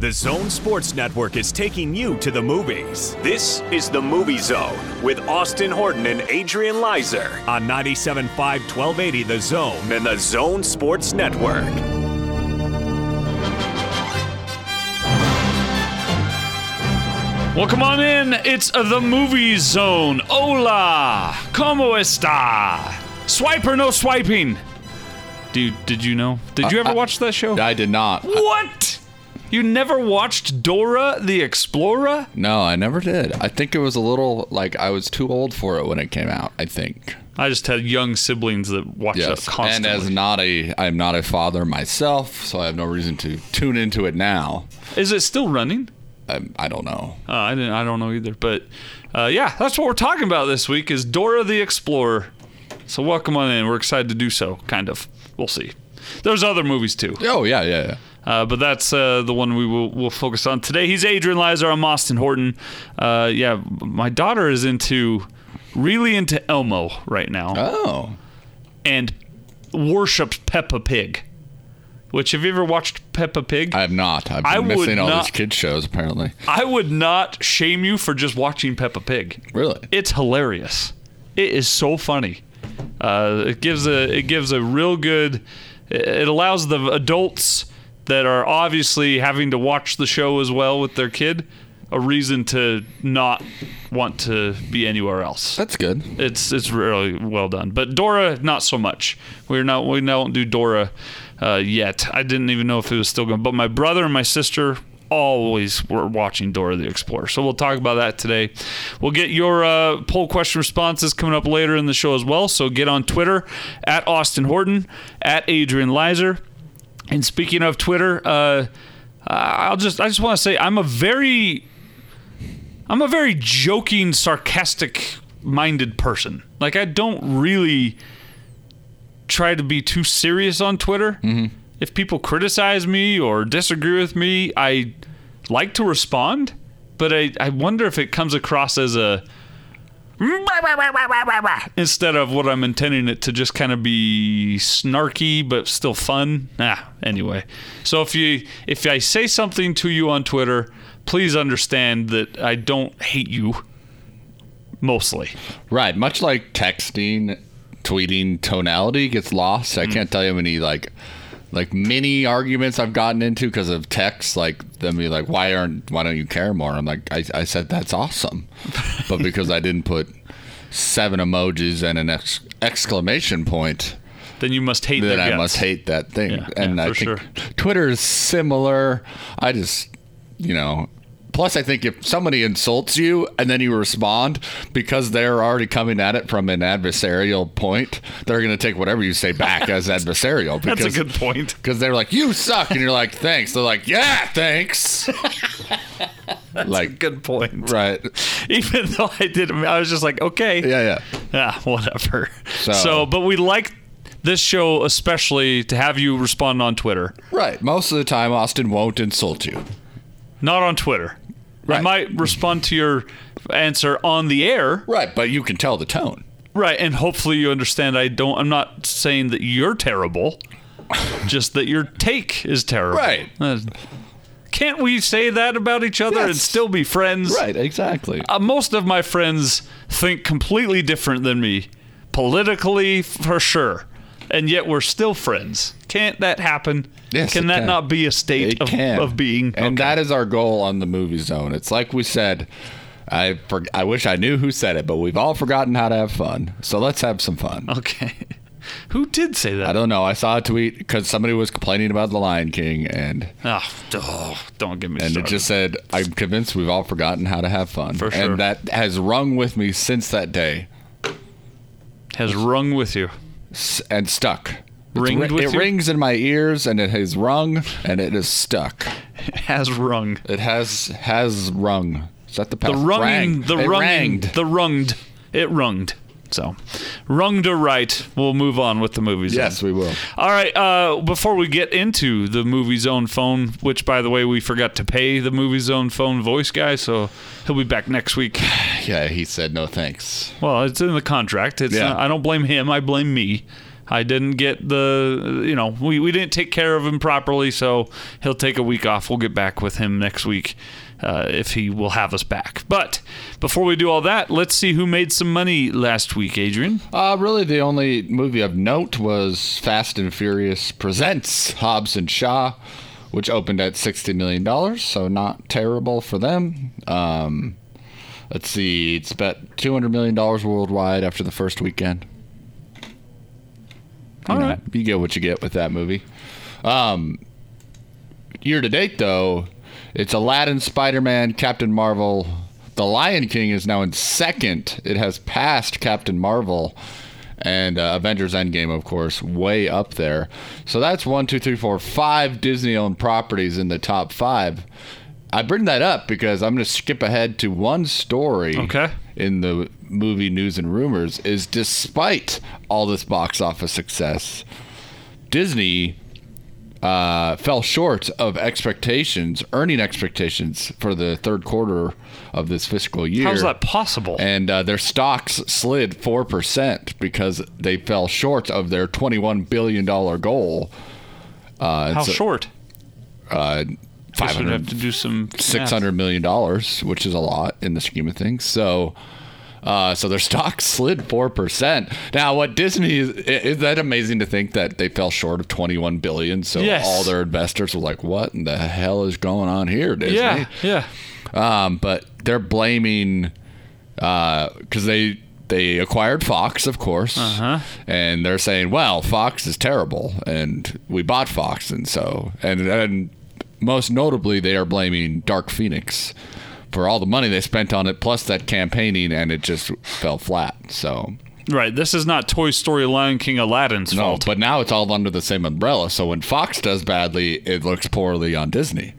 The Zone Sports Network is taking you to the movies. This is The Movie Zone with Austin Horton and Adrian Lizer on 97.5 1280 The Zone and The Zone Sports Network. Well, come on in. It's the movie zone. Hola, como está? Swipe or no swiping? Dude, did you know? Did Uh, you ever watch that show? I did not. what? You never watched Dora the Explorer? No, I never did. I think it was a little like I was too old for it when it came out. I think. I just had young siblings that watched Yes. that And constantly. as not a, I'm not a father myself, so I have no reason to tune into it now. Is it still running? I, I don't know. Uh, I didn't. I don't know either. But uh, yeah, that's what we're talking about this week is Dora the Explorer. So welcome on in. We're excited to do so. Kind of. We'll see. There's other movies too. Oh yeah, yeah, yeah. Uh, but that's uh, the one we will we'll focus on today. He's Adrian Lizer. I'm Austin Horton. Uh, yeah, my daughter is into really into Elmo right now Oh, and worships Peppa Pig. Which have you ever watched Peppa Pig? I have not. I've been I would missing all not- these kid shows apparently. I would not shame you for just watching Peppa Pig. Really? It's hilarious. It is so funny. Uh, it gives a it gives a real good. It allows the adults that are obviously having to watch the show as well with their kid a reason to not want to be anywhere else. That's good. It's it's really well done. But Dora, not so much. We're not we don't do Dora uh, yet. I didn't even know if it was still going. But my brother and my sister always were watching Dora the Explorer. So we'll talk about that today. We'll get your uh, poll question responses coming up later in the show as well. So get on Twitter at Austin Horton at Adrian Lizer. And speaking of Twitter, uh, I'll just I just want to say I'm a very I'm a very joking, sarcastic minded person. Like I don't really try to be too serious on Twitter. If people criticize me or disagree with me, I like to respond, but I, I wonder if it comes across as a instead of what I'm intending it to just kind of be snarky but still fun. Ah, anyway. So if you if I say something to you on Twitter, please understand that I don't hate you mostly. Right. Much like texting, tweeting, tonality gets lost. I can't tell you how many like like mini arguments I've gotten into because of texts. Like them be like, why aren't why don't you care more? I'm like, I, I said that's awesome, but because I didn't put seven emojis and an ex- exclamation point, Then you must hate then their I guts. must hate that thing. Yeah, and yeah, I for think sure. Twitter is similar. I just, you know. Plus, I think if somebody insults you and then you respond because they're already coming at it from an adversarial point, they're going to take whatever you say back as adversarial. That's Because, a good point. Because they're like, you suck. And you're like, thanks. They're like, yeah, thanks. like, Good point. right. Even though I did, I was just like, okay, Yeah, yeah. ah, whatever. So. So- but we like this show especially to have you respond on Twitter, Right. Most of the time, Austin won't insult you. not on Twitter. I Right. might respond to your answer on the air, Right. But you can tell the tone. right? And hopefully you understand. I don't. I'm not saying that you're terrible, just that your take is terrible. Right. Uh, Can't we say that about each other and Yes. still be friends? Right. Exactly. uh, most of my friends think completely different than me, politically for sure, and yet we're still friends. Can't that happen? Yes, can it that can. not be a state it of, can. of being? And Okay. that is our goal on the movie zone. It's like we said. I for, I wish I knew who said it, but we've all forgotten how to have fun. So let's have some fun. okay. Who did say I that? don't know. I saw a tweet because somebody was complaining about The Lion King, and Oh, oh, don't give me and it started. just said, "I'm convinced we've all forgotten how to have fun." For sure. And that has rung with me since that day has rung with you. s- and stuck. It's Ringed ri- with it you? rings in my ears, and it has rung, and it is stuck. Has rung. It has has rung. Is that the The past? runging, Ah, Rang. the It runging, ranged. the runged. It runged. So, runged or right, we'll move on with the movies. then. Yes, we will. All right. Uh, before we get into the movie zone phone, which by the way we forgot to pay the movie zone phone voice guy, so he'll be back next week. Yeah, he said no thanks. Well, it's uh, in the contract. It's Yeah. not- I don't blame him. I blame me. I didn't get the, you know, we, we didn't take care of him properly, so he'll take a week off. We'll get back with him next week uh, if he will have us back. But before we do all that, let's see who made some money last week, Adrian. Uh, really, the only movie of note was Fast and Furious Presents Hobbs and Shaw, which opened at $60 million, so not terrible for them. Um, let's see, it's about $200 million worldwide after the first weekend. All You know, right. You get what you get with that movie. Um, year to date, though, it's Aladdin, Spider Man, Captain Marvel. The Lion King is now in second. It has passed Captain Marvel and uh, Avengers Endgame, of course, way up there. So that's one, two, three, four, five Disney owned properties in the top five. I bring that up because I'm going to skip ahead to one story Okay. in the movie news and rumors is despite all this box office success, Disney uh, fell short of expectations, earning expectations for the third quarter of this fiscal year. How's that possible? And uh, their stocks slid 4% because they fell short of their $21 billion goal. Uh, How so, short? Uh, Guess we'd 500 have to do some math. six hundred million dollars, which is a lot in the scheme of things. So, uh, so their stock slid four percent. Now, what Disney is, i- is that amazing to think that they fell short of twenty one billion? So Yes. all their investors were like, "What in the hell is going on here, Disney?" Yeah, yeah. Um, but they're blaming because they they acquired Fox, of course, Uh-huh. and they're saying, "Well, Fox is terrible, and we bought Fox, and so and and most notably, they are blaming Dark Phoenix for all the money they spent on it, plus that campaigning, and it just fell flat." So. Right. This is not Toy Story Lion King Aladdin's No, fault. but now it's all under the same umbrella. So when Fox does badly, it looks poorly on Disney.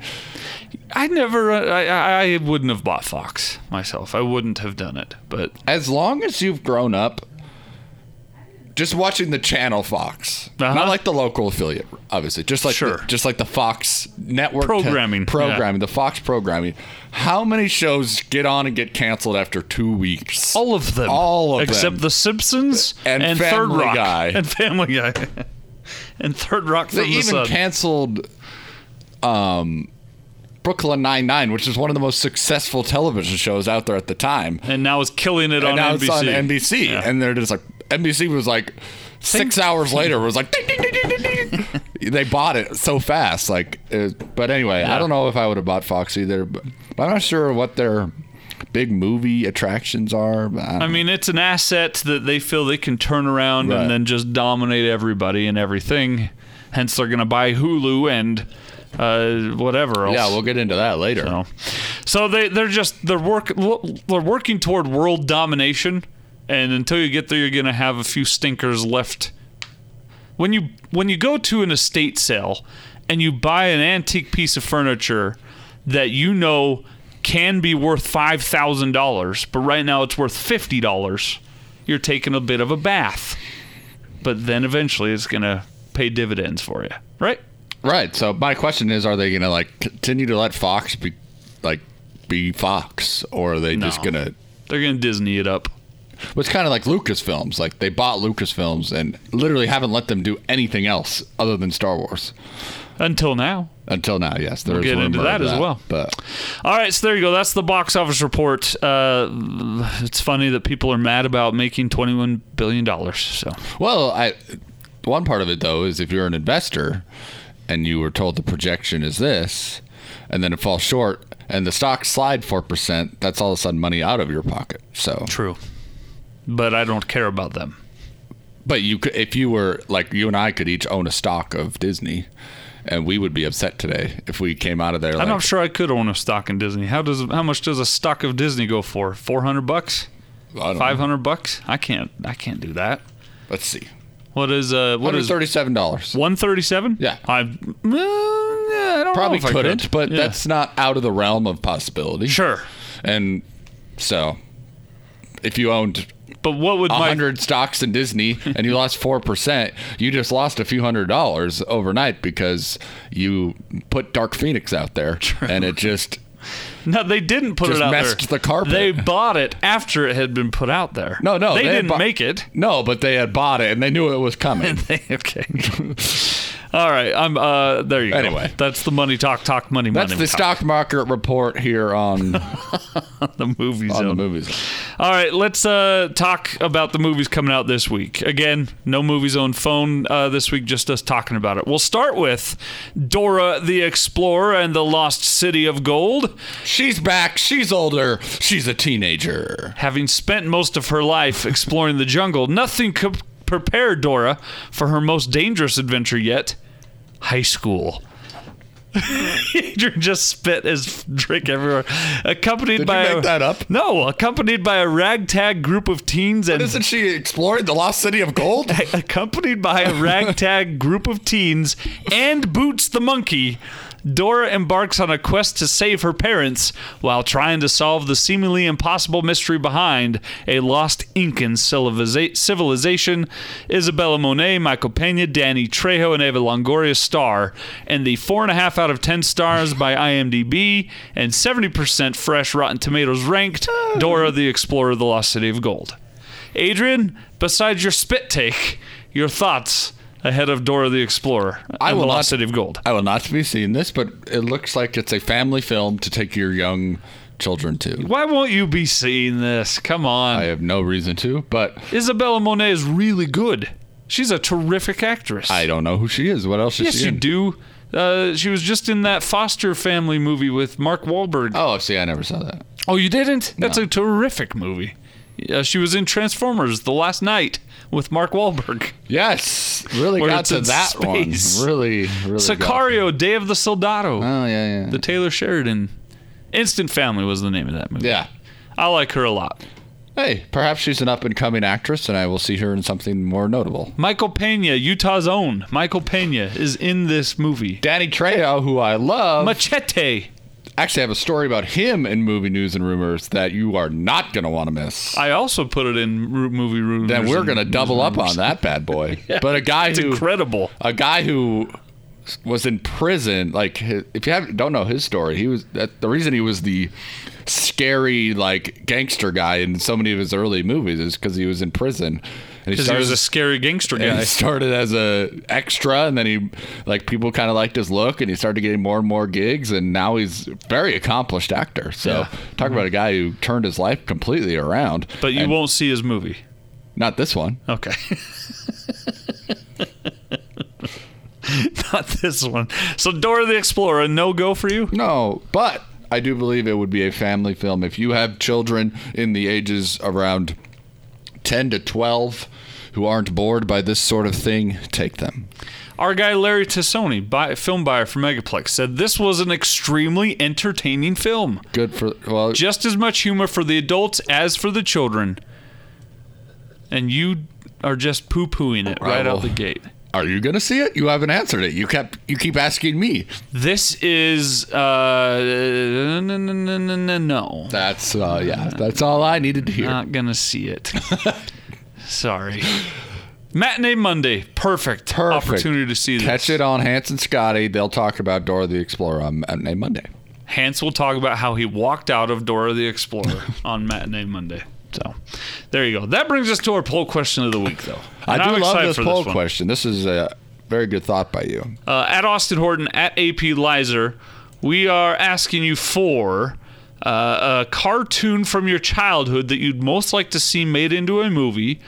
I never, uh, I- I, I wouldn't have bought Fox myself. I wouldn't have done it. But as long as you've grown up just watching the channel Fox, Uh-huh. not like the local affiliate, obviously, just like Sure. the, just like the Fox network Programming, programming, the Fox programming. How many shows get on and get canceled after two weeks? all of them, All of except them. The Simpsons And Third Family Rock Guy. and Family Guy and Third Rock they from the even Sun. canceled um, Brooklyn Nine Nine, which is one of the most successful television shows out there at the time. and now is killing it on and now NBC. it's on NBC, Yeah. and they're just like NBC was like six hours later was like ding, ding, ding, ding, ding, ding. they bought it so fast, like. It, but anyway, Yeah. I don't know if I would have bought Fox either. But I'm not sure what their big movie attractions are. But I, I mean, it's an asset that they feel they can turn around Right. and then just dominate everybody and everything. Hence, they're going to buy Hulu and uh, whatever else. yeah, we'll get into that later. So, so they they're just they're work they're working toward world domination, and until you get there, you're gonna have a few stinkers left. When you when you go to an estate sale, and you buy an antique piece of furniture that you know can be worth five thousand dollars, but right now it's worth fifty dollars, you're taking a bit of a bath. But then eventually it's gonna pay dividends for you, right? Right. So my question is, are they going to like continue to let Fox be like be Fox, or are they just No. going to? They're gonna Disney it up. Well, it's kind of like Lucasfilms. Like they bought Lucasfilms and literally haven't let them do anything else other than Star Wars. Until now. Until now, yes. There's get into that as well. But All right, so there you go. That's the box office report. Uh, it's funny that people are mad about making twenty-one billion dollars. So well, I one part of it though is if you're an investor and you were told the projection is this, and then it falls short, and the stock slide four percent, that's all of a sudden money out of your pocket. So, true, but I don't care about them. but you could if you were like you and I could each own a stock of Disney, and we would be upset today if we came out of there. Like, I'm not sure I could own a stock in Disney. How does how much does a stock of Disney go for? Four hundred bucks? I don't know. Five hundred bucks? I can't. I can't do that. Let's see, What is uh? What hundred is thirty-seven dollars. one thirty-seven? Yeah. I. mm, yeah, I don't Probably know if I couldn't, could. but Yeah. that's not out of the realm of possibility. sure. And so, if you owned But what would my 100 stocks in Disney and you lost 4%, you just lost a few hundred dollars overnight because you put Dark Phoenix out there and it just No, they didn't put Just it out messed there. the carpet. They bought it after it had been put out there. No, no, they, had didn't bu- make it. No, but they had bought it and they knew it was coming. okay. All right. I'm. Uh, there you go. Anyway. that's the money talk. Talk money. That's money the talk. stock market report here on, The movie on the zone. movies. All right, let's uh, talk about the movies coming out this week. Again, no movies on phone uh, this week, just us talking about it. We'll start with Dora the Explorer and the Lost City of Gold. She's back. She's older. She's a teenager. Having spent most of her life exploring the jungle, nothing could prepare Dora for her most dangerous adventure yet high school. Adrian just spit his drink everywhere. Accompanied Did you by a, make that up? No, accompanied by a ragtag group of teens and Isn't she exploring the lost city of gold? accompanied by a ragtag group of teens and Boots the monkey, Dora embarks on a quest to save her parents while trying to solve the seemingly impossible mystery behind a lost Incan civiliza- civilization. Isabella Monet, Michael Pena, Danny Trejo, and Eva Longoria star, and the four and a half out of ten stars by IMDb and 70% fresh Rotten Tomatoes ranked Dora the Explorer, of the Lost City of Gold. Adrian, besides your spit take, your thoughts ahead of Dora the Explorer I and will the not- Lost City of Gold. I will not be seeing this, but it looks like it's a family film to take your young children to. Why won't you be seeing this? Come on. I have no reason to, but Isabella Monet is really good. She's a terrific actress. I don't know who she is. What else is yes, she you in? do. Uh, she was just in that Foster family movie with Mark Wahlberg. Oh, see, I never saw that. oh, you didn't? That's a terrific movie. Yeah, she was in Transformers: The Last Night with Mark Wahlberg. Yes, really Where got it's to in that space. one. Really, really. Got Sicario: Day of the Soldado. oh yeah, yeah. The Taylor Sheridan. Instant Family was the name of that movie. yeah. I like her a lot. Hey, perhaps she's an up-and-coming actress, and I will see her in something more notable. Michael Pena, Utah's own Michael Pena, is in this movie. Danny Trejo, who I love, Machete. actually I have a story about him in movie news and rumors that you are not going to want to miss. I also put it in ru- movie room. Then we're going to double up on that bad boy. But a guy It's who incredible. a guy who was in prison like hi- if you have don't know his story he was that, the reason he was the scary like gangster guy in so many of his early movies is because he was in prison and he Because he started, was a scary gangster guy. and he started as a extra and then he like people kind of liked his look and he started getting more and more gigs and now he's a very accomplished actor so Yeah. Mm-hmm. talk about a guy who turned his life completely around But you And won't see his movie. not this one Okay. Not this one. So Dora the Explorer, no go for you? No, but I do believe it would be a family film. If you have children in the ages around 10 to 12 who aren't bored by this sort of thing, take them. Our guy Larry Tassoni, buy, film buyer for Megaplex, said this was an extremely entertaining film. Good for well, Just as much humor for the adults as for the children. And you are just poo pooing it right I out the will. gate. are you going to see it? You haven't answered it. You kept you keep asking me. This is. Uh, no, no, no, no, no, no. That's uh yeah, that's all I needed to hear. Not gonna see it. Sorry. Matinee Monday, perfect, Perfect. opportunity to see this. Catch it on Hans and Scotty. They'll talk about Dora the Explorer on Matinee Monday. Hans will talk about how he walked out of Dora the Explorer on Matinee Monday. So, there you go. That brings us to our poll question of the week, though. And I do I'm love excited this for poll one. question. This is a very good thought by you. uh, at Austin Horton at AP Lizer, we are asking you for uh, a cartoon from your childhood that you'd most like to see made into a movie,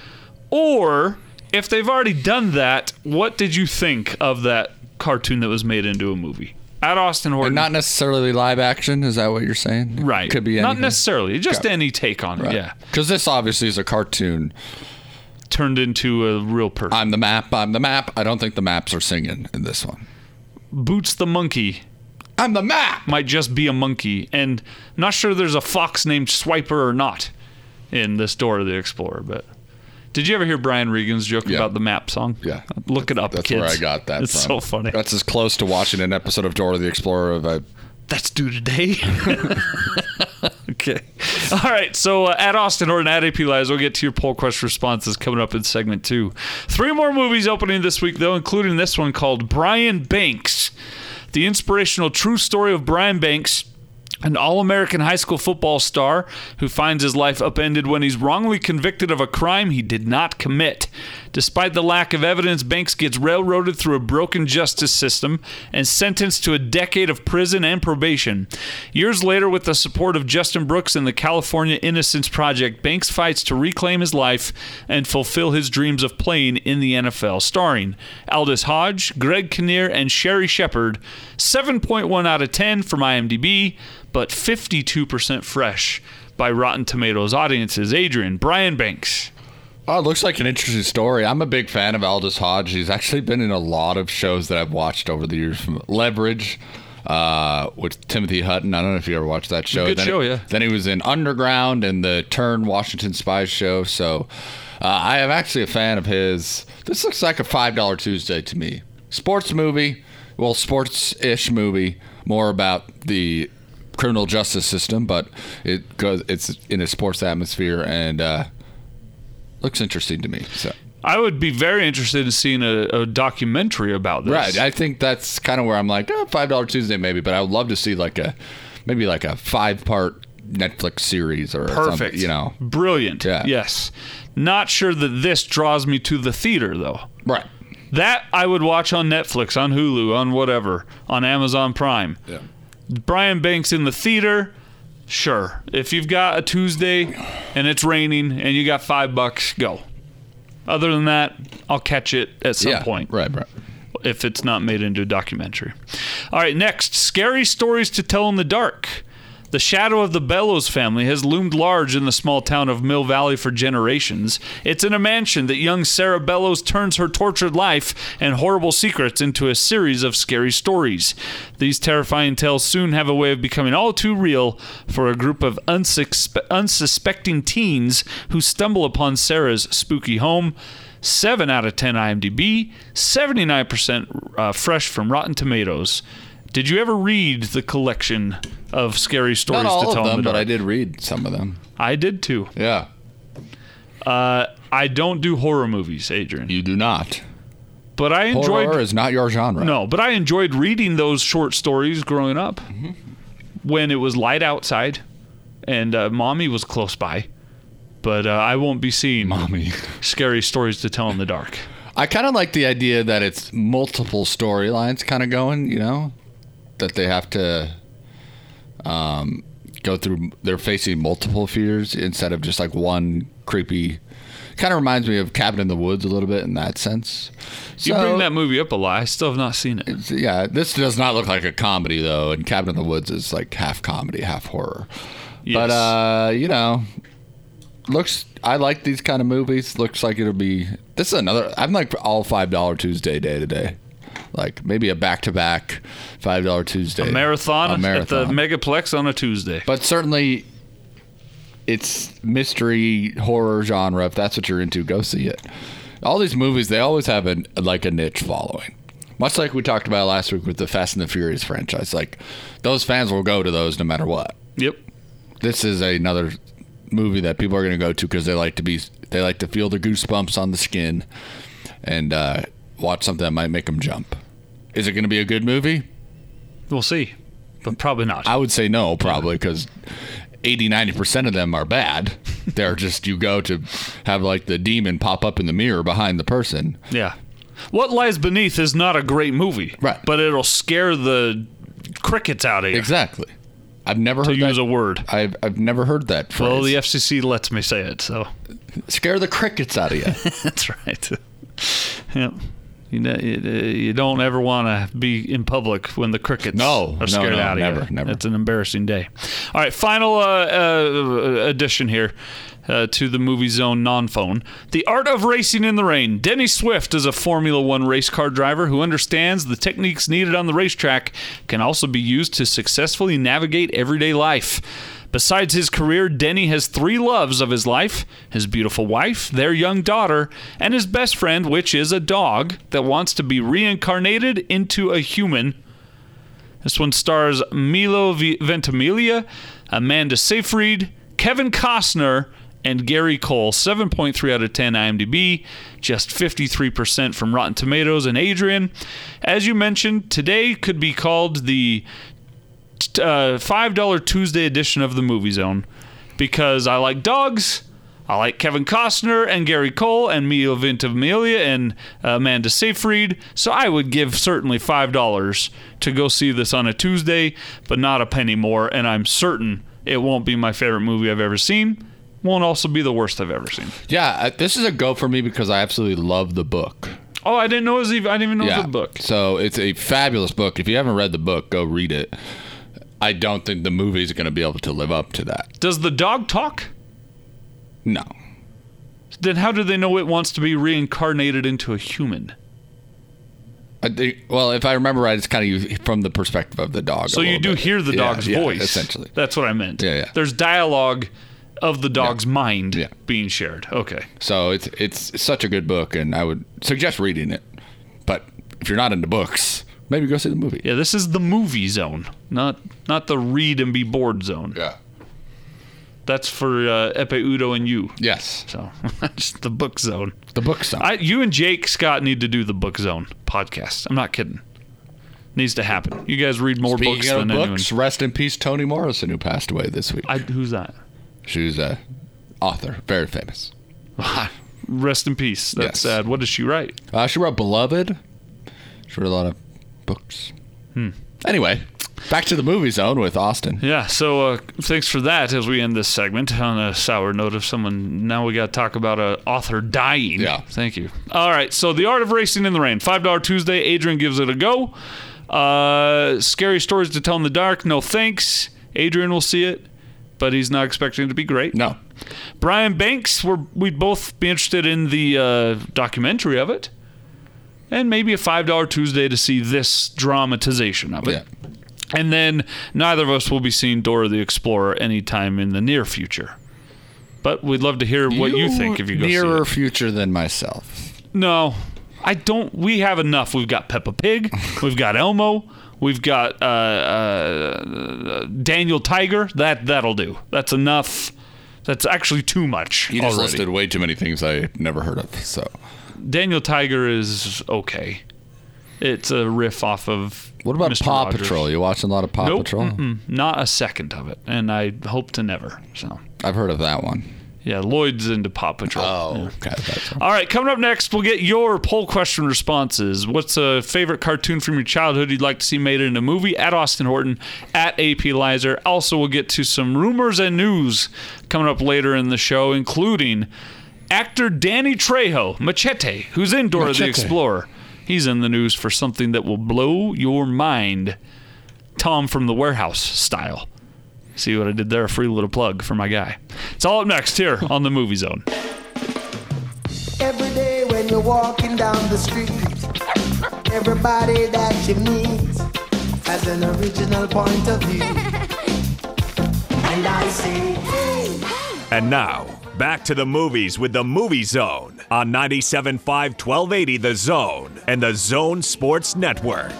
or if they've already done that, what did you think of that cartoon that was made into a movie? At Austin Horton, Not necessarily live action. Is that what you're saying? right? Could be not anything. necessarily, just Yeah. any take on it. Yeah, Because this obviously is a cartoon. turned into a real person. I'm the map. I'm the map. I don't think the maps are singing in this one. Boots the monkey I'm the map. might just be a monkey, and not sure there's a fox named Swiper or not in this Dora the Explorer. But did you ever hear Brian Regan's joke Yeah. about the map song? Yeah. look it up. That's kids. where I got that It's from. so funny. That's as close to watching an episode of Dora the Explorer of a. That's due today. okay. All right. So uh, at Austin or at AP Lives, we'll get to your poll question responses coming up in segment two. Three more movies opening this week, though, including this one called Brian Banks, the inspirational true story of Brian Banks. an all American high school football star who finds his life upended when he's wrongly convicted of a crime he did not commit. Despite the lack of evidence, Banks gets railroaded through a broken justice system and sentenced to a decade of prison and probation. Years later, with the support of Justin Brooks and the California Innocence Project, Banks fights to reclaim his life and fulfill his dreams of playing in the NFL. Starring Aldous Hodge, Greg Kinnear, and Sherry Shepard. 7.1 out of 10 from IMDb but 52% fresh by Rotten Tomatoes audiences. Adrian, Brian Banks. Oh, it looks like an interesting story. I'm a big fan of Aldous Hodge. He's actually been in a lot of shows that I've watched over the years, from Leverage uh, with Timothy Hutton. I don't know if you ever watched that show. Good then show, yeah. Then he was in Underground and the Turn Washington Spies show. So uh, I am actually a fan of his. This looks like a five dollar Tuesday to me. Sports movie, well, sports ish movie, more about the criminal justice system, but it goes it's in a sports atmosphere and uh, looks interesting to me. So. I would be very interested in seeing a, a documentary about this. Right. I think that's kind of where I'm like, oh, five dollar Tuesday maybe, but I would love to see like a maybe like a five part Netflix series or Perfect. something, you know. Brilliant. Yeah. Yes. Not sure that this draws me to the theater, though. Right. That I would watch on Netflix, on Hulu, on whatever, on Amazon Prime. Yeah. Brian Banks in the theater, sure. If you've got a Tuesday and it's raining and you got five bucks, go. Other than that, I'll catch it at some yeah. point Right, right. if it's not made into a documentary. All right, next scary stories to tell in the dark. The shadow of the Bellows family has loomed large in the small town of Mill Valley for generations. It's in a mansion that young Sarah Bellows turns her tortured life and horrible secrets into a series of scary stories. These terrifying tales soon have a way of becoming all too real for a group of unsuspe- unsuspecting teens who stumble upon Sarah's spooky home. 7 out of 10 IMDb, 79% uh, fresh from Rotten Tomatoes. Did you ever read the collection of scary stories Not all to tell of in them, the but I dark? did read some of them. I did too. Uh, Yeah. I don't do horror movies, Adrian, You do not. but I Horror enjoyed is not your genre. no, but I enjoyed reading those short stories growing up when it was light outside and uh, mommy was close by. But uh, I won't be seeing Mommy. scary stories to tell in the dark. I kind of like the idea that it's multiple storylines kind of going, you know, that they have to um, go through. They're facing multiple fears instead of just like one creepy. Kind of reminds me of Cabin in the Woods a little bit in that sense. you So- bring that movie up a lot. I still have not seen it. yeah, this does not look like a comedy though, and Cabin in the Woods is like half comedy, half horror. Yes. But uh, you know, looks. I like these kind of movies. Looks like it'll be. This is another. I'm like all five dollar Tuesday day today. Like maybe a back to back five dollar Tuesday marathon, A at the Megaplex on a Tuesday. but certainly, it's mystery horror genre. If that's what you're into, go see it. All these movies, they always have a like a niche following. Much like we talked about last week with the Fast and the Furious franchise, like those fans will go to those no matter what. Yep. This is another movie that people are going to go to because they like to be they like to feel the goosebumps on the skin and uh, watch something that might make them jump. Is it going to be a good movie? We'll see. But probably not. I would say no, probably because 80, 90% of them are bad. They're just, you go to have like the demon pop up in the mirror behind the person. yeah. What Lies Beneath is not a great movie. Right. But it'll scare the crickets out of you. Exactly. I've never To heard use that. a word. I've, I've never heard that phrase. Well, the FCC lets me say it, so Scare the crickets out of you. that's right. yep. You, know, you, you don't ever want to be in public when the crickets No, are no, scared no, out of you. never, never. It's an embarrassing day. All right, final uh, uh, addition here uh, to the movie zone non-phone. The art of racing in the rain. Denny Swift is a Formula One race car driver who understands the techniques needed on the racetrack can also be used to successfully navigate everyday life. Besides his career, Denny has three loves of his life his beautiful wife, their young daughter, and his best friend, which is a dog that wants to be reincarnated into a human this one stars Milo v- Ventimiglia, Amanda Seyfried, Kevin Costner, and Gary Cole. 7.3 out of 10 IMDb, just 53% from Rotten Tomatoes. And Adrian, as you mentioned, today could be called the t- uh, five dollar Tuesday edition of the Movie Zone because I like dogs. I like Kevin Costner and Gary Cole and Milo Ventimiglia and Amanda Seyfried, so I would give certainly five dollars to go see this on a Tuesday, but not a penny more. And I'm certain it won't be my favorite movie I've ever seen. Won't also be the worst I've ever seen. Yeah, I- this is a go for me because I absolutely love the book. Oh, I didn't know it was even. I didn't even know it was a book. So it's a fabulous book. If you haven't read the book, go read it. I don't think the movie's going to be able to live up to that. Does the dog talk? No. Then how do they know it wants to be reincarnated into a human? I think, well, if I remember right, it's kind of from the perspective of the dog. a So you little do bit. hear the Yeah, dog's yeah, voice. essentially. That's what I meant. Yeah, yeah. There's dialogue of the dog's mind Yeah. being shared. Okay. So it's it's such a good book, and I would suggest reading it. But if you're not into books, maybe go see the movie. Yeah, this is the movie zone, not not the read and be bored zone. Yeah. That's for uh, Epe Udo and you. Yes. So that's the book zone. The book sound. I, you and Jake Scott need to do the book zone podcast. I'm not kidding. Needs to happen. You guys read more Speaking books of than anyone. books, rest in peace, Toni Morrison, who passed away this week. I, who's that? she was a author, very famous. Rest in peace. That's Yes. sad. What does she write? Uh, she wrote Beloved. She wrote a lot of books. Hmm. Anyway, back to the movie zone with Austin. Yeah, so uh, thanks for that as we end this segment on a sour note of someone. Now we got to talk about a author dying. Yeah. Thank you. All right, so The Art of Racing in the Rain, $5 Tuesday. Adrian gives it a go. Uh, scary Stories to Tell in the Dark, no thanks. Adrian will see it, but he's not expecting it to be great. No. Brian Banks, we're, we'd both be interested in the uh, documentary of it. And maybe a $5 Tuesday to see this dramatization of it. Yeah. And then neither of us will be seeing Dora the Explorer anytime in the near future. But we'd love to hear what you think if you go nearer see future than myself. it. No, I don't. We have enough. We've got Peppa Pig. We've got Elmo. We've got uh, uh, Daniel Tiger. That that'll do. That's enough. That's actually too much You just already. listed way too many things I never heard of. So Daniel Tiger is okay. It's a riff off of What about Mr. Paw Rogers. Patrol? You watching a lot of Paw Nope, Patrol? mm-mm, not a second of it, and I hope to never. So. I've heard of that one. Yeah, Lloyd's into Paw Patrol. Oh, Yeah. okay. That's All right, coming up next, we'll get your poll question responses. What's a favorite cartoon from your childhood you'd like to see made into a movie? At Austin Horton, at AP Lizer. Also, we'll get to some rumors and news coming up later in the show, including actor Danny Trejo, Machete, who's in Dora the Machete. Explorer. He's in the news for something that will blow your mind. Tom from the warehouse style. See what I did there? A free little plug for my guy. It's all up next here on the Movie Zone. Every day when you're walking down the street, everybody that you meet has an original point of view. And I say, And now, back to the movies with the Movie Zone on 97.5 1280 The Zone and the Zone Sports Network.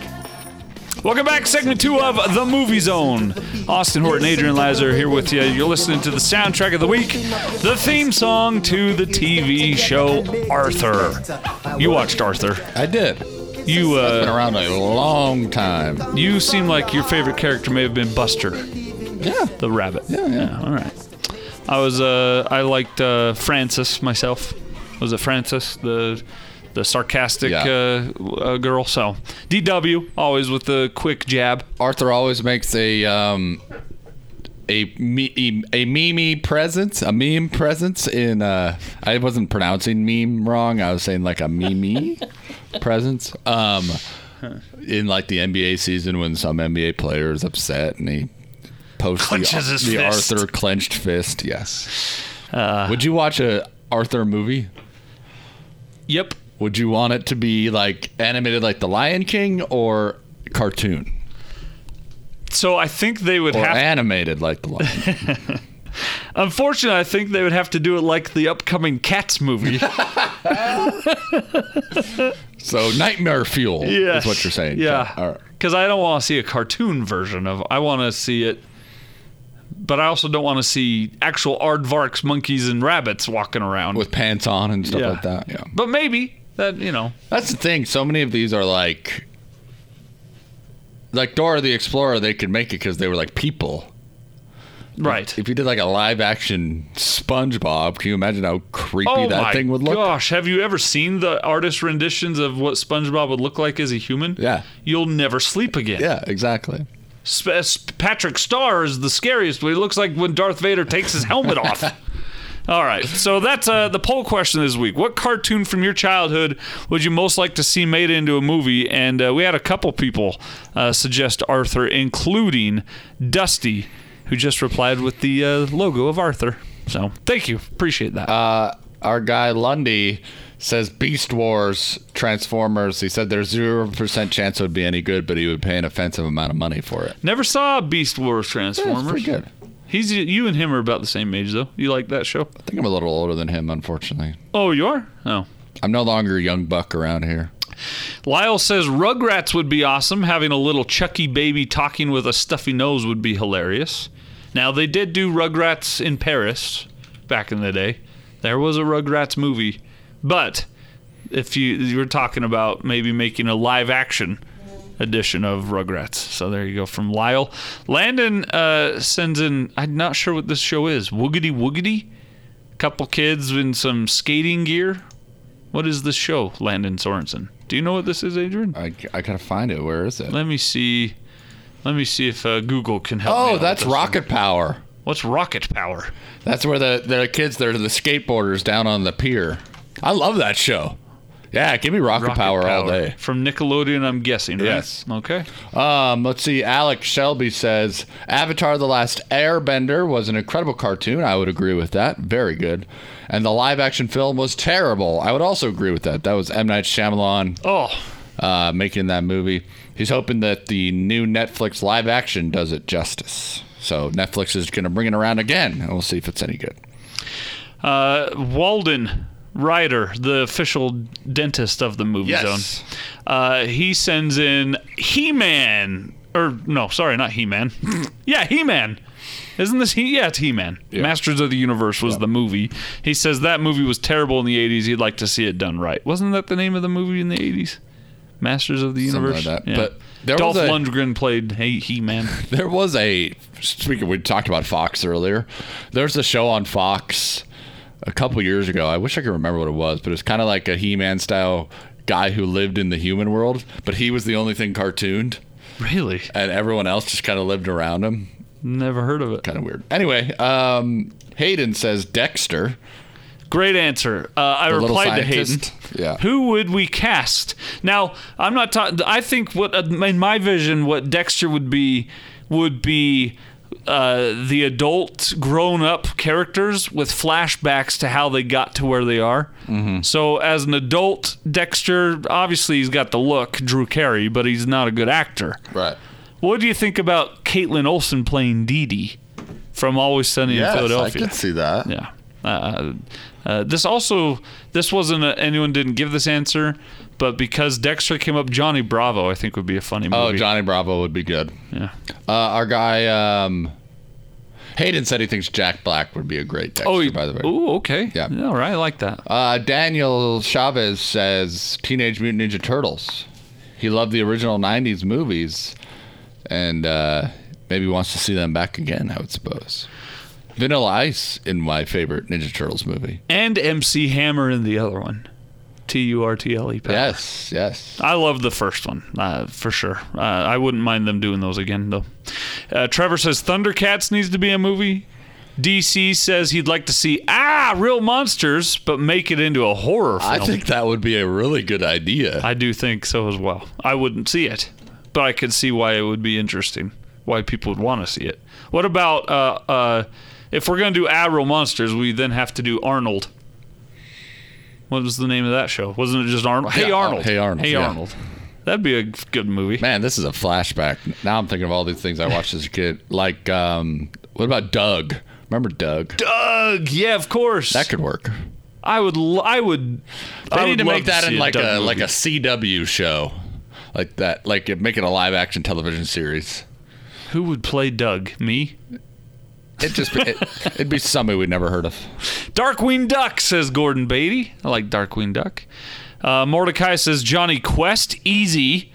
Welcome back, segment two of The Movie Zone. Austin Horton, Adrian Lazar here with you. You're listening to the soundtrack of the week, the theme song to the TV show Arthur. You watched Arthur. I did. You Been uh, around a long time. you seem like your favorite character may have been Buster Yeah. the rabbit. Yeah, yeah. all right. I was uh, I liked uh, Francis myself. Was it Francis the the sarcastic Yeah. uh, w- uh, girl? So DW always with the quick jab. Arthur always makes a um a me- e, a meme presence, a meme presence in uh I wasn't pronouncing meme wrong. I was saying like a meme presence. Um in like the NBA season when some NBA player is upset and he posts the- Clenches his the, fist. Uh. Arthur clenched fist. Yes. Would you watch a Arthur movie? Yep. Would you want it to be like animated like The Lion King or cartoon? So I think they would Or have. animated like The Lion King? unfortunately, I think they would have to do it like the upcoming Cats movie. So nightmare fuel Yes. is what you're saying. Yeah. All right. Because I don't want to see a cartoon version of. I want to see it, but I also don't want to see actual aardvarks, monkeys, and rabbits walking around. With pants on and stuff like that. Yeah. But maybe that you know. That's the thing. So many of these are like like Dora the Explorer, they could make it because they were like people. Right. If you did like a live action SpongeBob, can you imagine how creepy Oh that my thing would look? gosh, have you ever seen the artist renditions of what SpongeBob would look like as a human? Yeah. You'll never sleep again. Yeah, exactly. Sp- uh, Sp- Patrick Starr is the scariest, but he looks like when Darth Vader takes his helmet off. All right, so that's uh, the poll question this week. What cartoon from your childhood would you most like to see made into a movie? And uh, we had a couple people uh, suggest Arthur, including Dusty, who just replied with the uh, logo of Arthur. So thank you, appreciate that. Uh, Our guy Lundy says Beast Wars Transformers. He said there's zero percent chance it would be any good, but he would pay an offensive amount of money for it. Never saw Beast Wars Yeah, Transformers. it's pretty good. He's you and him are about the same age though. You like that show? I think I'm a little older than him, unfortunately. Oh, you are. Oh. I'm no longer a young buck around here. Lyle says Rugrats would be awesome. Having a little Chucky baby talking with a stuffy nose would be hilarious. Now they did do Rugrats in Paris back in the day. There was a Rugrats movie, but if you you were talking about maybe making a live action edition of Rugrats, so there you go from Lyle. Landon uh, sends in. I'm not sure what this show is. Woogity woogity. Couple kids in some skating gear. What is this show, Landon Sorensen? Do you know what this is, Adrian? I, I gotta find it. Where is it? Let me see. Let me see if uh, Google can help. me out Oh, with that's this Rocket Power. one. What's rocket power? That's where the the kids they're the skateboarders down on the pier. I love that show. Yeah, give me rocket, Rocket power, all day. From Nickelodeon, I'm guessing. Right? Yes. Okay. Um, let's see. Alex Shelby says Avatar: The Last Airbender was an incredible cartoon. I would agree with that. Very good. And the live-action film was terrible. I would also agree with that. That was M Night Shyamalan Oh, uh, making that movie. He's hoping that the new Netflix live action does it justice. So Netflix is going to bring it around again, and we'll see if it's any good. uh, Walden Ryder, the official dentist of the movie Yes. zone. Uh, he sends in He-Man, or no, sorry, not He-Man. yeah, He-Man. Isn't this he? Yeah, it's He-Man. Masters of the Universe was the movie. He says that movie was terrible in the '80s. He'd like to see it done right. Wasn't that the name of the movie in the '80s? Masters of the Something Universe. like that. Yeah. But there Dolph was a- Lundgren played He- He-Man. There was a speaking. We talked about Fox earlier. There's a show on Fox a couple years ago. I wish I could remember what it was, but it was kind of like a He-Man style guy who lived in the human world, but he was the only thing cartooned, really? and everyone else just kind of lived around him. Never heard of it. Kind of weird. Anyway, um, Hayden says Dexter. Great answer. Uh, I little replied to Hayden. scientist? Yeah. Who would we cast? Now, I'm not talking. I think what uh, in my vision, what Dexter would be, would be uh, the adult, grown-up characters with flashbacks to how they got to where they are. Mm-hmm. So, as an adult, Dexter obviously he's got the look, Drew Carey, but he's not a good actor. Right. What do you think about Caitlin Olsen playing Dee Dee from Always Sunny in Philadelphia? see that. Yeah. Uh, uh, this also this wasn't a, anyone didn't give this answer, but because Dexter came up, Johnny Bravo I think would be a funny movie. Oh, Johnny Bravo would be good. Yeah. Uh, our guy um, Hayden said he thinks Jack Black would be a great Dexter. Oh, by the way. Ooh, okay. Yeah. All right, I like that. Uh, Daniel Chavez says Teenage Mutant Ninja Turtles. He loved the original '90s movies, and uh, maybe wants to see them back again. I would suppose. Vanilla Ice in my favorite Ninja Turtles movie. and MC Hammer in the other one, T U R T L E. Power. Yes, yes. I love the first one uh, for sure. Uh, I wouldn't mind them doing those again though. Uh, Trevor says Thundercats needs to be a movie. DC says he'd like to see ah real monsters, but make it into a horror film. I think that would be a really good idea. I do think so as well. I wouldn't see it, but I could see why it would be interesting, why people would want to see it. What about uh, uh, if we're going to do Admiral Monsters, we then have to do Arnold. What was the name of that show? Wasn't it just Arnold? Hey Yeah, Ar- Arnold. Hey Arnold, Hey yeah. Arnold. That'd be a g- good movie. Man, this is a flashback. Now I'm thinking of all these things I watched as a kid. Like, um, what about Doug? Remember Doug? Doug, yeah, of course. That could work. I would. L- I would. I I need would to love make that see in like Doug a like a movie. CW show, like that. Like it- make it a live action television series. Who would play Doug? Me. It just it, it'd be somebody we'd never heard of. Darkwing Duck says Gordon Beatty. I like Darkwing Duck. Uh, Mordecai says Johnny Quest, easy.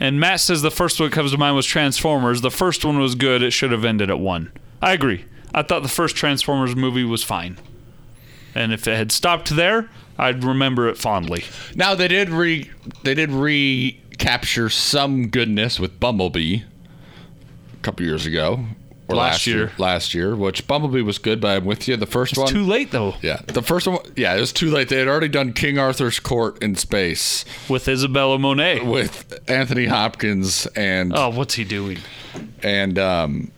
And Matt says the first one that comes to mind was Transformers. The first one was good. It should have ended at one. I agree. I thought the first Transformers movie was fine. And if it had stopped there, I'd remember it fondly. Now they did re they did recapture some goodness with Bumblebee a couple years ago or Last year. last year, which Bumblebee was good, but I'm with you. The first one, Too late though. yeah, the first one, yeah, it was too late. They had already done King Arthur's Court in space With Isabella Monet. with Anthony Hopkins and Oh, what's he doing? and um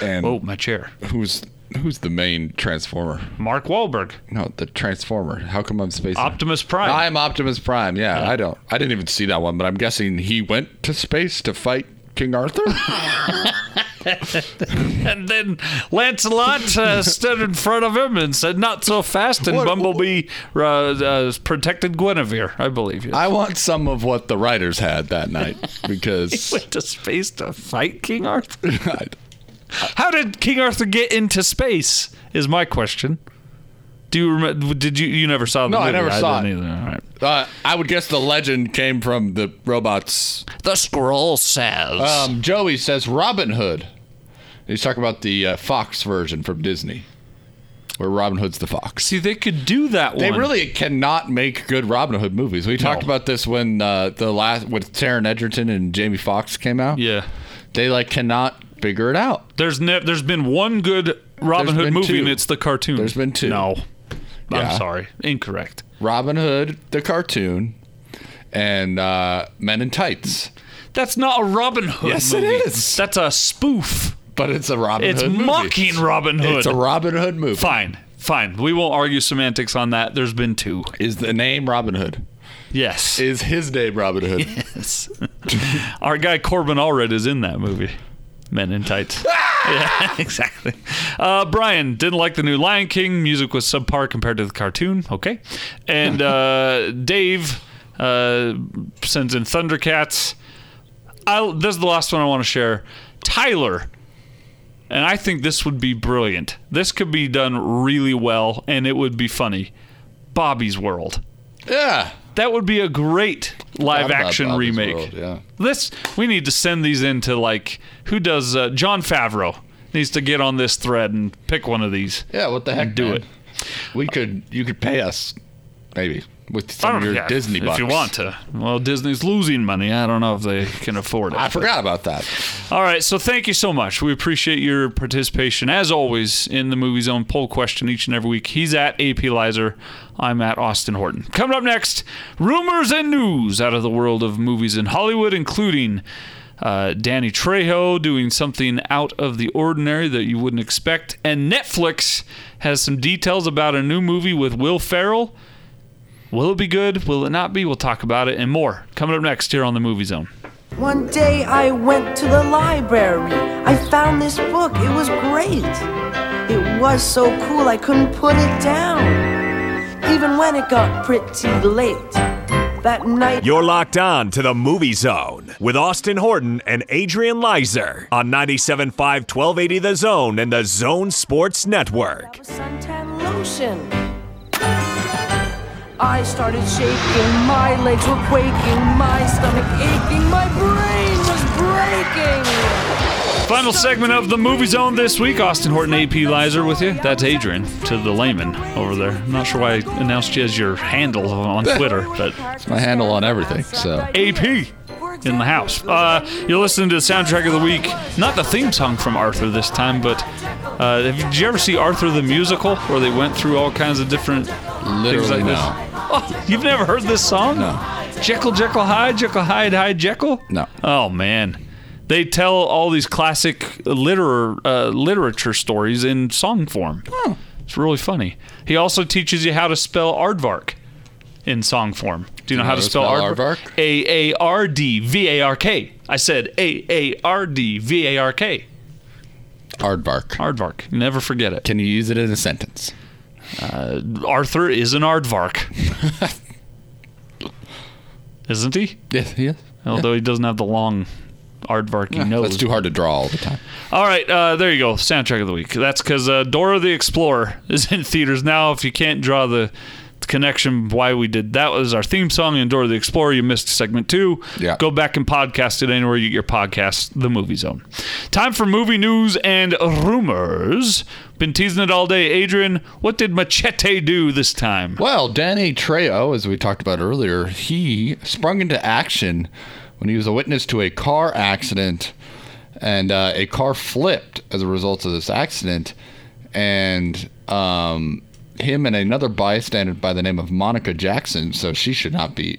and Oh, my chair. who's who's the main Transformer? Mark Wahlberg, No, the Transformer. How come I'm spacing? Optimus Prime. I'm Optimus Prime. Yeah, I don't. I didn't even see that one, but I'm guessing he went to space to fight King Arthur. And then Lancelot uh, stood in front of him and said, "Not so fast." And What- Bumblebee uh, uh, protected Guinevere, I believe. Yes. I want some of what the writers had that night because went to space to fight King Arthur. I, How did King Arthur get into space? Is my question. Do you remember? Did you? You never saw the No, I movie? never saw didn't it. either. All right. uh, I would guess the legend came from the robots. The scroll says. Um, Joey says Robin Hood. He's talking about the uh, Fox version from Disney, where Robin Hood's the fox. See, they could do that They one. really cannot make good Robin Hood movies. We talked about this when uh, the last with Taron Egerton and Jamie Foxx came out. Yeah. They like cannot figure it out. There's ne- There's been one good Robin There's Hood been movie, two. and it's the cartoon. There's been two. No. Yeah. I'm sorry. Incorrect. Robin Hood the cartoon and uh, Men in Tights, That's not a Robin Hood. Yes, it movie. is. That's a spoof. but it's a Robin It's Hood movie. mocking Robin Hood. It's a Robin Hood movie. fine, fine. We won't argue semantics on that. There's been two. Is the name Robin Hood? Yes. Is his name Robin Hood? Yes. Our guy Corbin Allred is in that movie. Men in Tights. yeah, exactly. Uh, Brian didn't like the new Lion King. Music was subpar compared to the cartoon. Okay. And uh, Dave uh, sends in Thundercats. I, this is the last one I want to share. Tyler. And I think this would be brilliant. This could be done really well, and it would be funny. Bobby's World. Yeah. That would be a great live Forgot about action Bobby's remake. World, yeah. This we need to send these into like who does uh, John Favreau needs to get on this thread and pick one of these. Yeah. What the heck? Do man? it. We could. You could pay us, maybe with I some of don't your yeah, Disney if bucks. you want to. Well, Disney's losing money. I don't know if they can afford it. I forgot about that. All right, so thank you so much. We appreciate your participation, as always, in the Movie Zone poll question each and every week. He's at AP Lizer. I'm at Austin Horton. Coming up next, rumors and news out of the world of movies in Hollywood, including uh, Danny Trejo doing something out of the ordinary that you wouldn't expect, and Netflix has some details about a new movie with Will Ferrell. Will it be good? Will it not be? We'll talk about it and more coming up next here on the Movie Zone. One day I went to the library. I found this book. It was great. It was so cool I couldn't put it down. Even when it got pretty late. That night You're locked on to the Movie Zone with Austin Horton and Adrian Lizer on 97.5 1280 The Zone and the Zone Sports Network. was suntan lotion. I started shaking, my legs were quaking, my stomach aching, my brain was breaking. Final segment of the Movie Zone this week. Austin Horton, AP Lizer with you. That's Adrian to the layman over there. I'm not sure why I announced you as your handle on Twitter, but my handle on everything, so. AP in the house. Uh, you're listening to the soundtrack of the week. Not the theme song from Arthur this time, but uh, have you, did you ever see Arthur the Musical where they went through all kinds of different things Literally like this? no. Oh, you've never heard this song? No. Jekyll, Jekyll, Hyde, Jekyll, Hyde, Hyde, Jekyll? No. Oh, man. They tell all these classic literar, uh, literature stories in song form. It's really funny. He also teaches you how to spell aardvark in song form. Do you know, how, to spell, aardvark? aardvark? A A R D V A R K. I said A A R D V A R K. Aardvark. Aardvark. Never forget it. Can you use it in a sentence? Arthur is an aardvark. Isn't he? Yes, yes. although he doesn't have the long aardvark Yeah, nose. Ah, That's too hard to draw all the time. All right, uh, there you go. Soundtrack of the week. That's because uh, Dora the Explorer is in theaters now. If you can't draw the connection why we did that was our theme song and Dora the Explorer. You missed segment two. Yeah. Go back and podcast it anywhere you get your podcast, The Movie Zone. Time for movie news and rumors. Been teasing it all day. Adrian, what did Machete do this time? Well, Danny Trejo, as we talked about earlier, he sprung into action when he was a witness to a car accident, and uh, a car flipped as a result of this accident, and um, him and another bystander by the name of Monica Jackson. So she should not be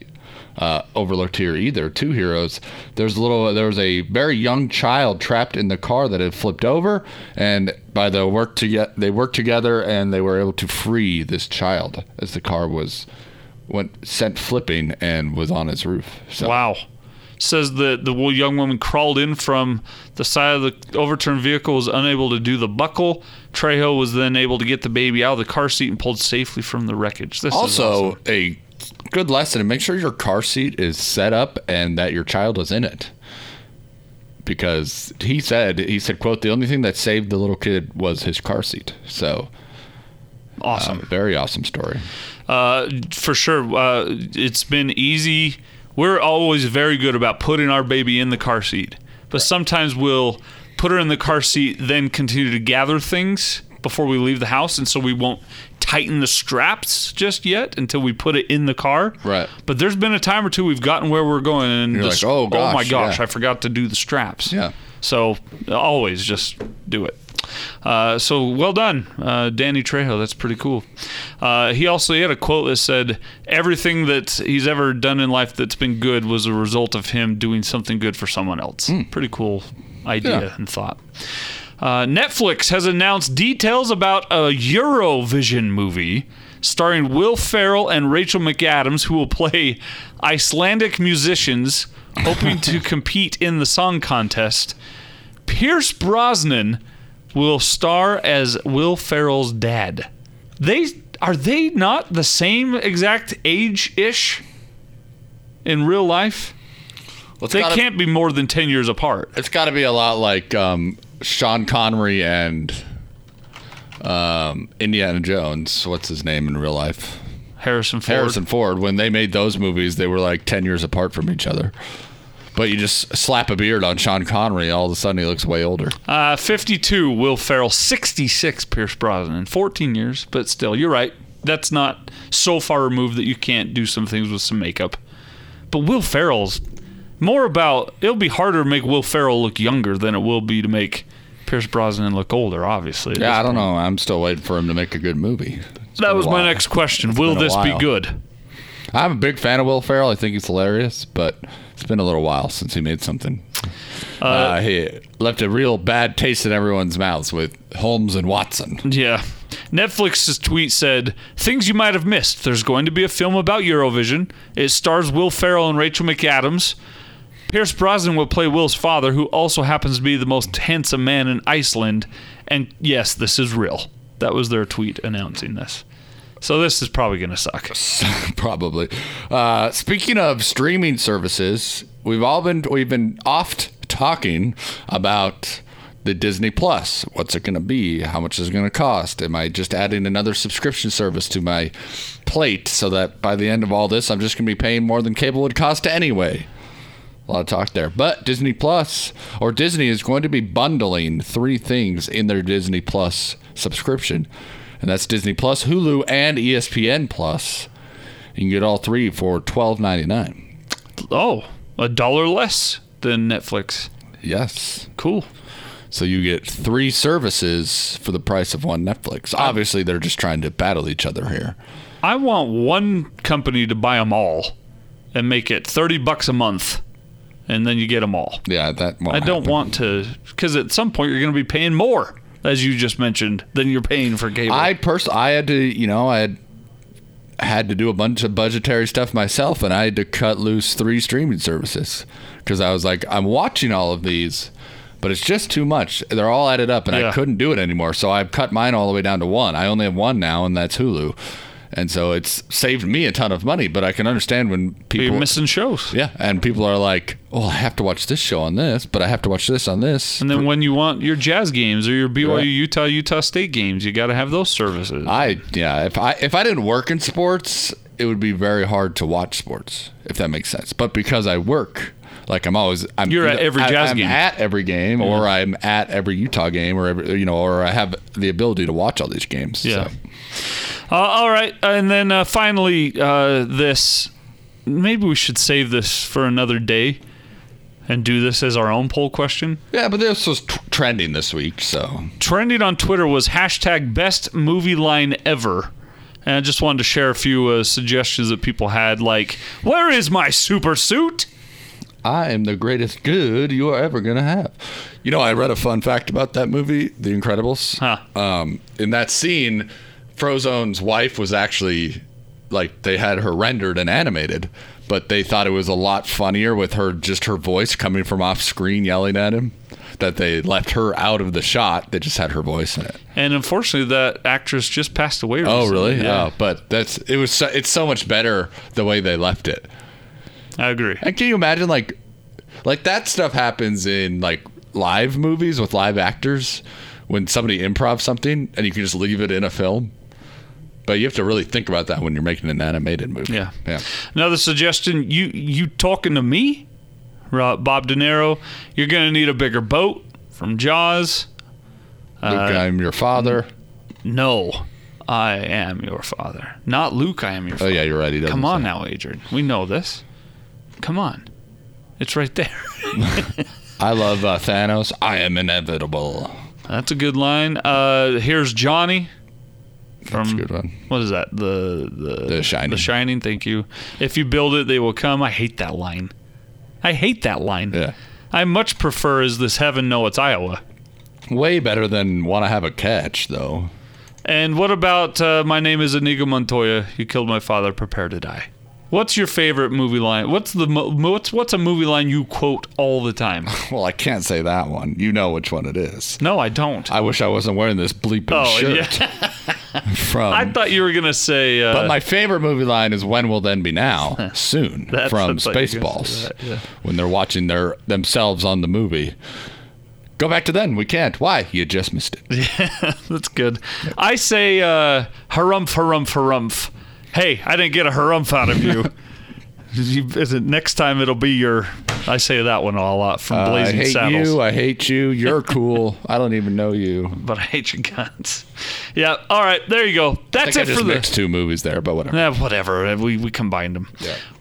uh, overlooked here either. Two heroes. There's a little. There was a very young child trapped in the car that had flipped over, and by the work to they worked together and they were able to free this child as the car was went sent flipping and was on its roof. So Wow. Says the the wo- young woman crawled in from the side of the overturned vehicle, was unable to do the buckle. Trejo was then able to get the baby out of the car seat and pulled safely from the wreckage. This is also awesome. a good lesson to make sure your car seat is set up and that your child is in it because he said he said quote the only thing that saved the little kid was his car seat so awesome. um, very awesome story Uh, for sure. Uh, it's been easy. We're always very good about putting our baby in the car seat, but sometimes we'll put her in the car seat, then continue to gather things before we leave the house, and so we won't tighten the straps just yet until we put it in the car. Right. But there's been a time or two we've gotten where we're going, and You're the like, s- "Oh, oh my gosh, gosh, yeah." I forgot to do the straps. Yeah. So always just do it. Uh, so well done, uh, Danny Trejo. That's pretty cool. Uh, he also he had a quote that said, "Everything that he's ever done in life that's been good was a result of him doing something good for someone else." Pretty cool idea Yeah. and thought. Uh, Netflix has announced details about a Eurovision movie starring Will Ferrell and Rachel McAdams, who will play Icelandic musicians hoping to compete in the song contest. Pierce Brosnan will star as Will Ferrell's dad. They are they not the same exact age ish in real life? It's They gotta- can't be more than ten years apart. it's got to be a lot like um, sean connery and um, indiana jones what's his name in real life Harrison Ford. harrison ford when they made those movies they were like 10 years apart from each other but you just slap a beard on sean connery all of a sudden he looks way older Uh, 52, Will Ferrell. 66, Pierce Brosnan. 14 years, but still, you're right. That's not so far removed that you can't do some things with some makeup. But Will Ferrell's more about it'll be harder to make Will Ferrell look younger than it will be to make Pierce Brosnan look older, obviously. Yeah, I don't know. I'm still waiting for him to make a good movie. It's been That a was my while. next question. Will been a this be while. good? I'm a big fan of Will Ferrell. I think he's hilarious, but it's been a little while since he made something. Uh, he left a real bad taste in everyone's mouths with Holmes and Watson. Yeah. Netflix's tweet said, Things you might have missed. There's going to be a film about Eurovision. It stars Will Ferrell and Rachel McAdams. Pierce Brosnan will play Will's father, who also happens to be the most handsome man in Iceland. And yes, this is real. That was their tweet announcing this. So this is probably going to suck. Probably. Uh, speaking of streaming services, we've all been we've been oft talking about the Disney Plus. What's it going to be? How much is it going to cost? Am I just adding another subscription service to my plate so that by the end of all this, I'm just going to be paying more than cable would cost anyway? A lot of talk there. But Disney Plus or Disney is going to be bundling three things in their Disney Plus subscription. And that's Disney Plus, Hulu, and E ESPN Plus. You can get all three for twelve ninety nine. Oh, a dollar less than Netflix. Yes. Cool. So you get three services for the price of one Netflix. Obviously, they're just trying to battle each other here. I want one company to buy them all and make it 30 bucks a month, and then you get them all. Yeah, that. Won't I don't happen. want to, because at some point you're going to be paying more, as you just mentioned, than you're paying for cable. I pers- I had to, you know, I had had to do a bunch of budgetary stuff myself, and I had to cut loose three streaming services because I was like, I'm watching all of these, but it's just too much. They're all added up, and Yeah. I couldn't do it anymore. So I've cut mine all the way down to one. I only have one now, and that's Hulu. and so it's saved me a ton of money. But I can understand when people You're missing shows. yeah, and people are like, "Oh, I have to watch this show on this, but I have to watch this on this." And then when you want your jazz games or your BYU Utah Utah State games, you got to have those services. I yeah, if I if I didn't work in sports, it would be very hard to watch sports, if that makes sense. But because I work, like I'm always I'm You're at every I- Jazz I'm game. at every game, or I'm at every Utah game, or every, you know, or I have the ability to watch all these games. Yeah. so. Uh, all right, and then uh, finally, uh, this maybe we should save this for another day and do this as our own poll question. yeah, but this was t- trending this week, so Trending on Twitter was hashtag best movie line ever. And I just wanted to share a few uh, suggestions that people had, like, "Where is my super suit?" I am the greatest good you are ever gonna have. You know, I read a fun fact about that movie, The Incredibles. Huh. Um, in that scene, Frozone's wife was actually like they had her rendered and animated, but they thought it was a lot funnier with her just her voice coming from off screen yelling at him. That they left her out of the shot. They just had her voice in it. And unfortunately, that actress just passed away. Oh, recently. really? Yeah, Oh, but that's it was. So, it's so much better the way they left it. I agree. And can you imagine like like that stuff happens in like live movies with live actors when somebody improv something and you can just leave it in a film. But you have to really think about that when you're making an animated movie. Yeah. Yeah. Another suggestion: you you talking to me, Ro- Bob De Niro? You're gonna need a bigger boat from Jaws. Uh, Luke, I'm your father. Mm-hmm. No, I am your father, not Luke. I am your. Oh father. yeah, you're right. He doesn't Come on say. now, Adrian. We know this. Come on, it's right there. I love uh, Thanos. I am inevitable. That's a good line. Uh, here's Johnny. From That's a good one. what is that? The the The Shining. The Shining. Thank you. If you build it, they will come. I hate that line. I hate that line. Yeah. I much prefer "Is This Heaven?" No, it's Iowa. Way better than want to have a catch though. And what about uh, "My name is Inigo Montoya"? You killed my father. Prepare to die. What's your favorite movie line? What's the mo- mo- what's what's a movie line you quote all the time? Well, I can't say that one. You know which one it is. No, I don't. I wish I wasn't wearing this bleeping Oh, shirt. from I thought you were gonna say. Uh, But my favorite movie line is "When will then be now?" Soon That's- from I thought you were gonna Spaceballs, say that, yeah. when they're watching their themselves on the movie. Go back to then. We can't. Why? You just missed it. That's good. I say uh, harumph, harumph, harumph. Hey, I didn't get a harumph out of you. You- is it- Next time it'll be your. I say that one a lot from Uh, I Blazing hate Saddles. you. I hate you. You're cool. I don't even know you. But I hate your guns. Yeah. All right. There you go. I That's think I it for just the. mixed two movies there, but whatever. Eh, whatever. We, we combined them.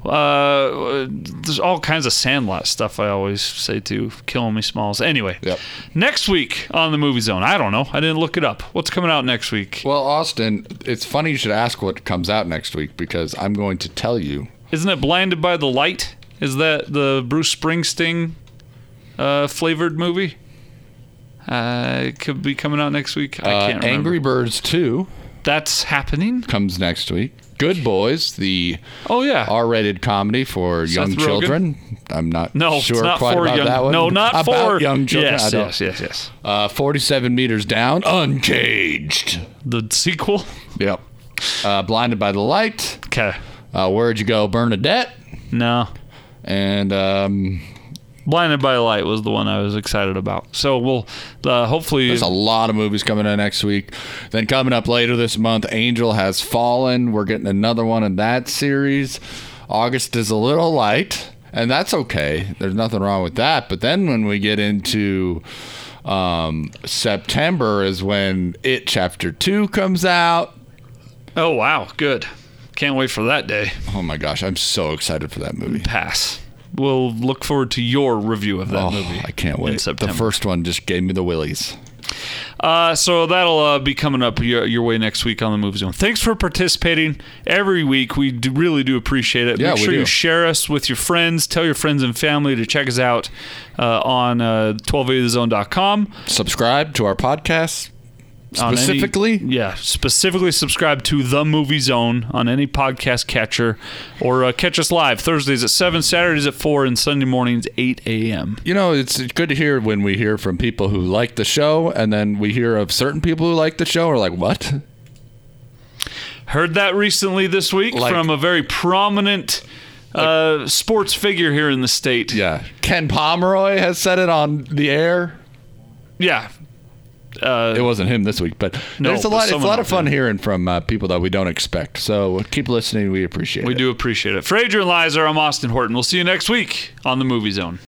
Uh, there's all kinds of Sandlot stuff I always say too. Killing me smalls. Anyway, Yep. next week on the Movie Zone. I don't know. I didn't look it up. What's coming out next week? Well, Austin, it's funny you should ask what comes out next week because I'm going to tell you. Isn't it Blinded by the Light? Is that the Bruce Springsteen uh, flavored movie? Uh, it could be coming out next week. I Uh, can't remember. Angry Birds 2 That's happening. comes next week. Good Boys, the Oh yeah. R-rated comedy for young Rogen? children. I'm not no, sure it's not quite for about young. that one. No, not about for young children. I Yes, don't- yes, yes, yes. Uh, 47 meters down, uncaged. The sequel. Yep. Uh, Blinded by the light. Okay. Uh, Where'd you go, Bernadette? No. And um, Blinded by the Light was the one I was excited about. So we'll uh, hopefully. there's a lot of movies coming out next week. Then coming up later this month, Angel Has Fallen. We're getting another one in that series. August is a little light, and that's okay. There's nothing wrong with that. But then when we get into um, September is when It Chapter 2 comes out. Oh wow, good. Can't wait for that day. Oh my gosh, I'm so excited for that movie. Pass. We'll look forward to your review of that Oh, movie. I can't wait. September. The first one just gave me the willies. Uh, so that'll uh, be coming up your, your way next week on the Movie Zone. Thanks for participating every week. We do, really do appreciate it. Yeah, Make we sure do. you share us with your friends. Tell your friends and family to check us out uh, on uh, 1280thezone.com. Subscribe to our podcast. on any- Specifically? yeah, specifically subscribe to The Movie Zone on any podcast catcher or uh, catch us live Thursdays at 7, Saturdays at 4, and Sunday mornings 8 a.m. You know, it's good to hear when we hear from people who like the show, and then we hear of certain people who like the show are like, what? Heard that recently this week Like- from a very prominent uh, sports figure here in the state. Yeah. Ken Pomeroy has said it on the air. Yeah. It wasn't him this week, but Uh, No, there's a but lot. It's a someone lot of else fun did. hearing from uh, people that we don't expect. So keep listening. We appreciate We it. do appreciate it. For Adrian Lizer, I'm Austin Horton. We'll see you next week on the Movie Zone.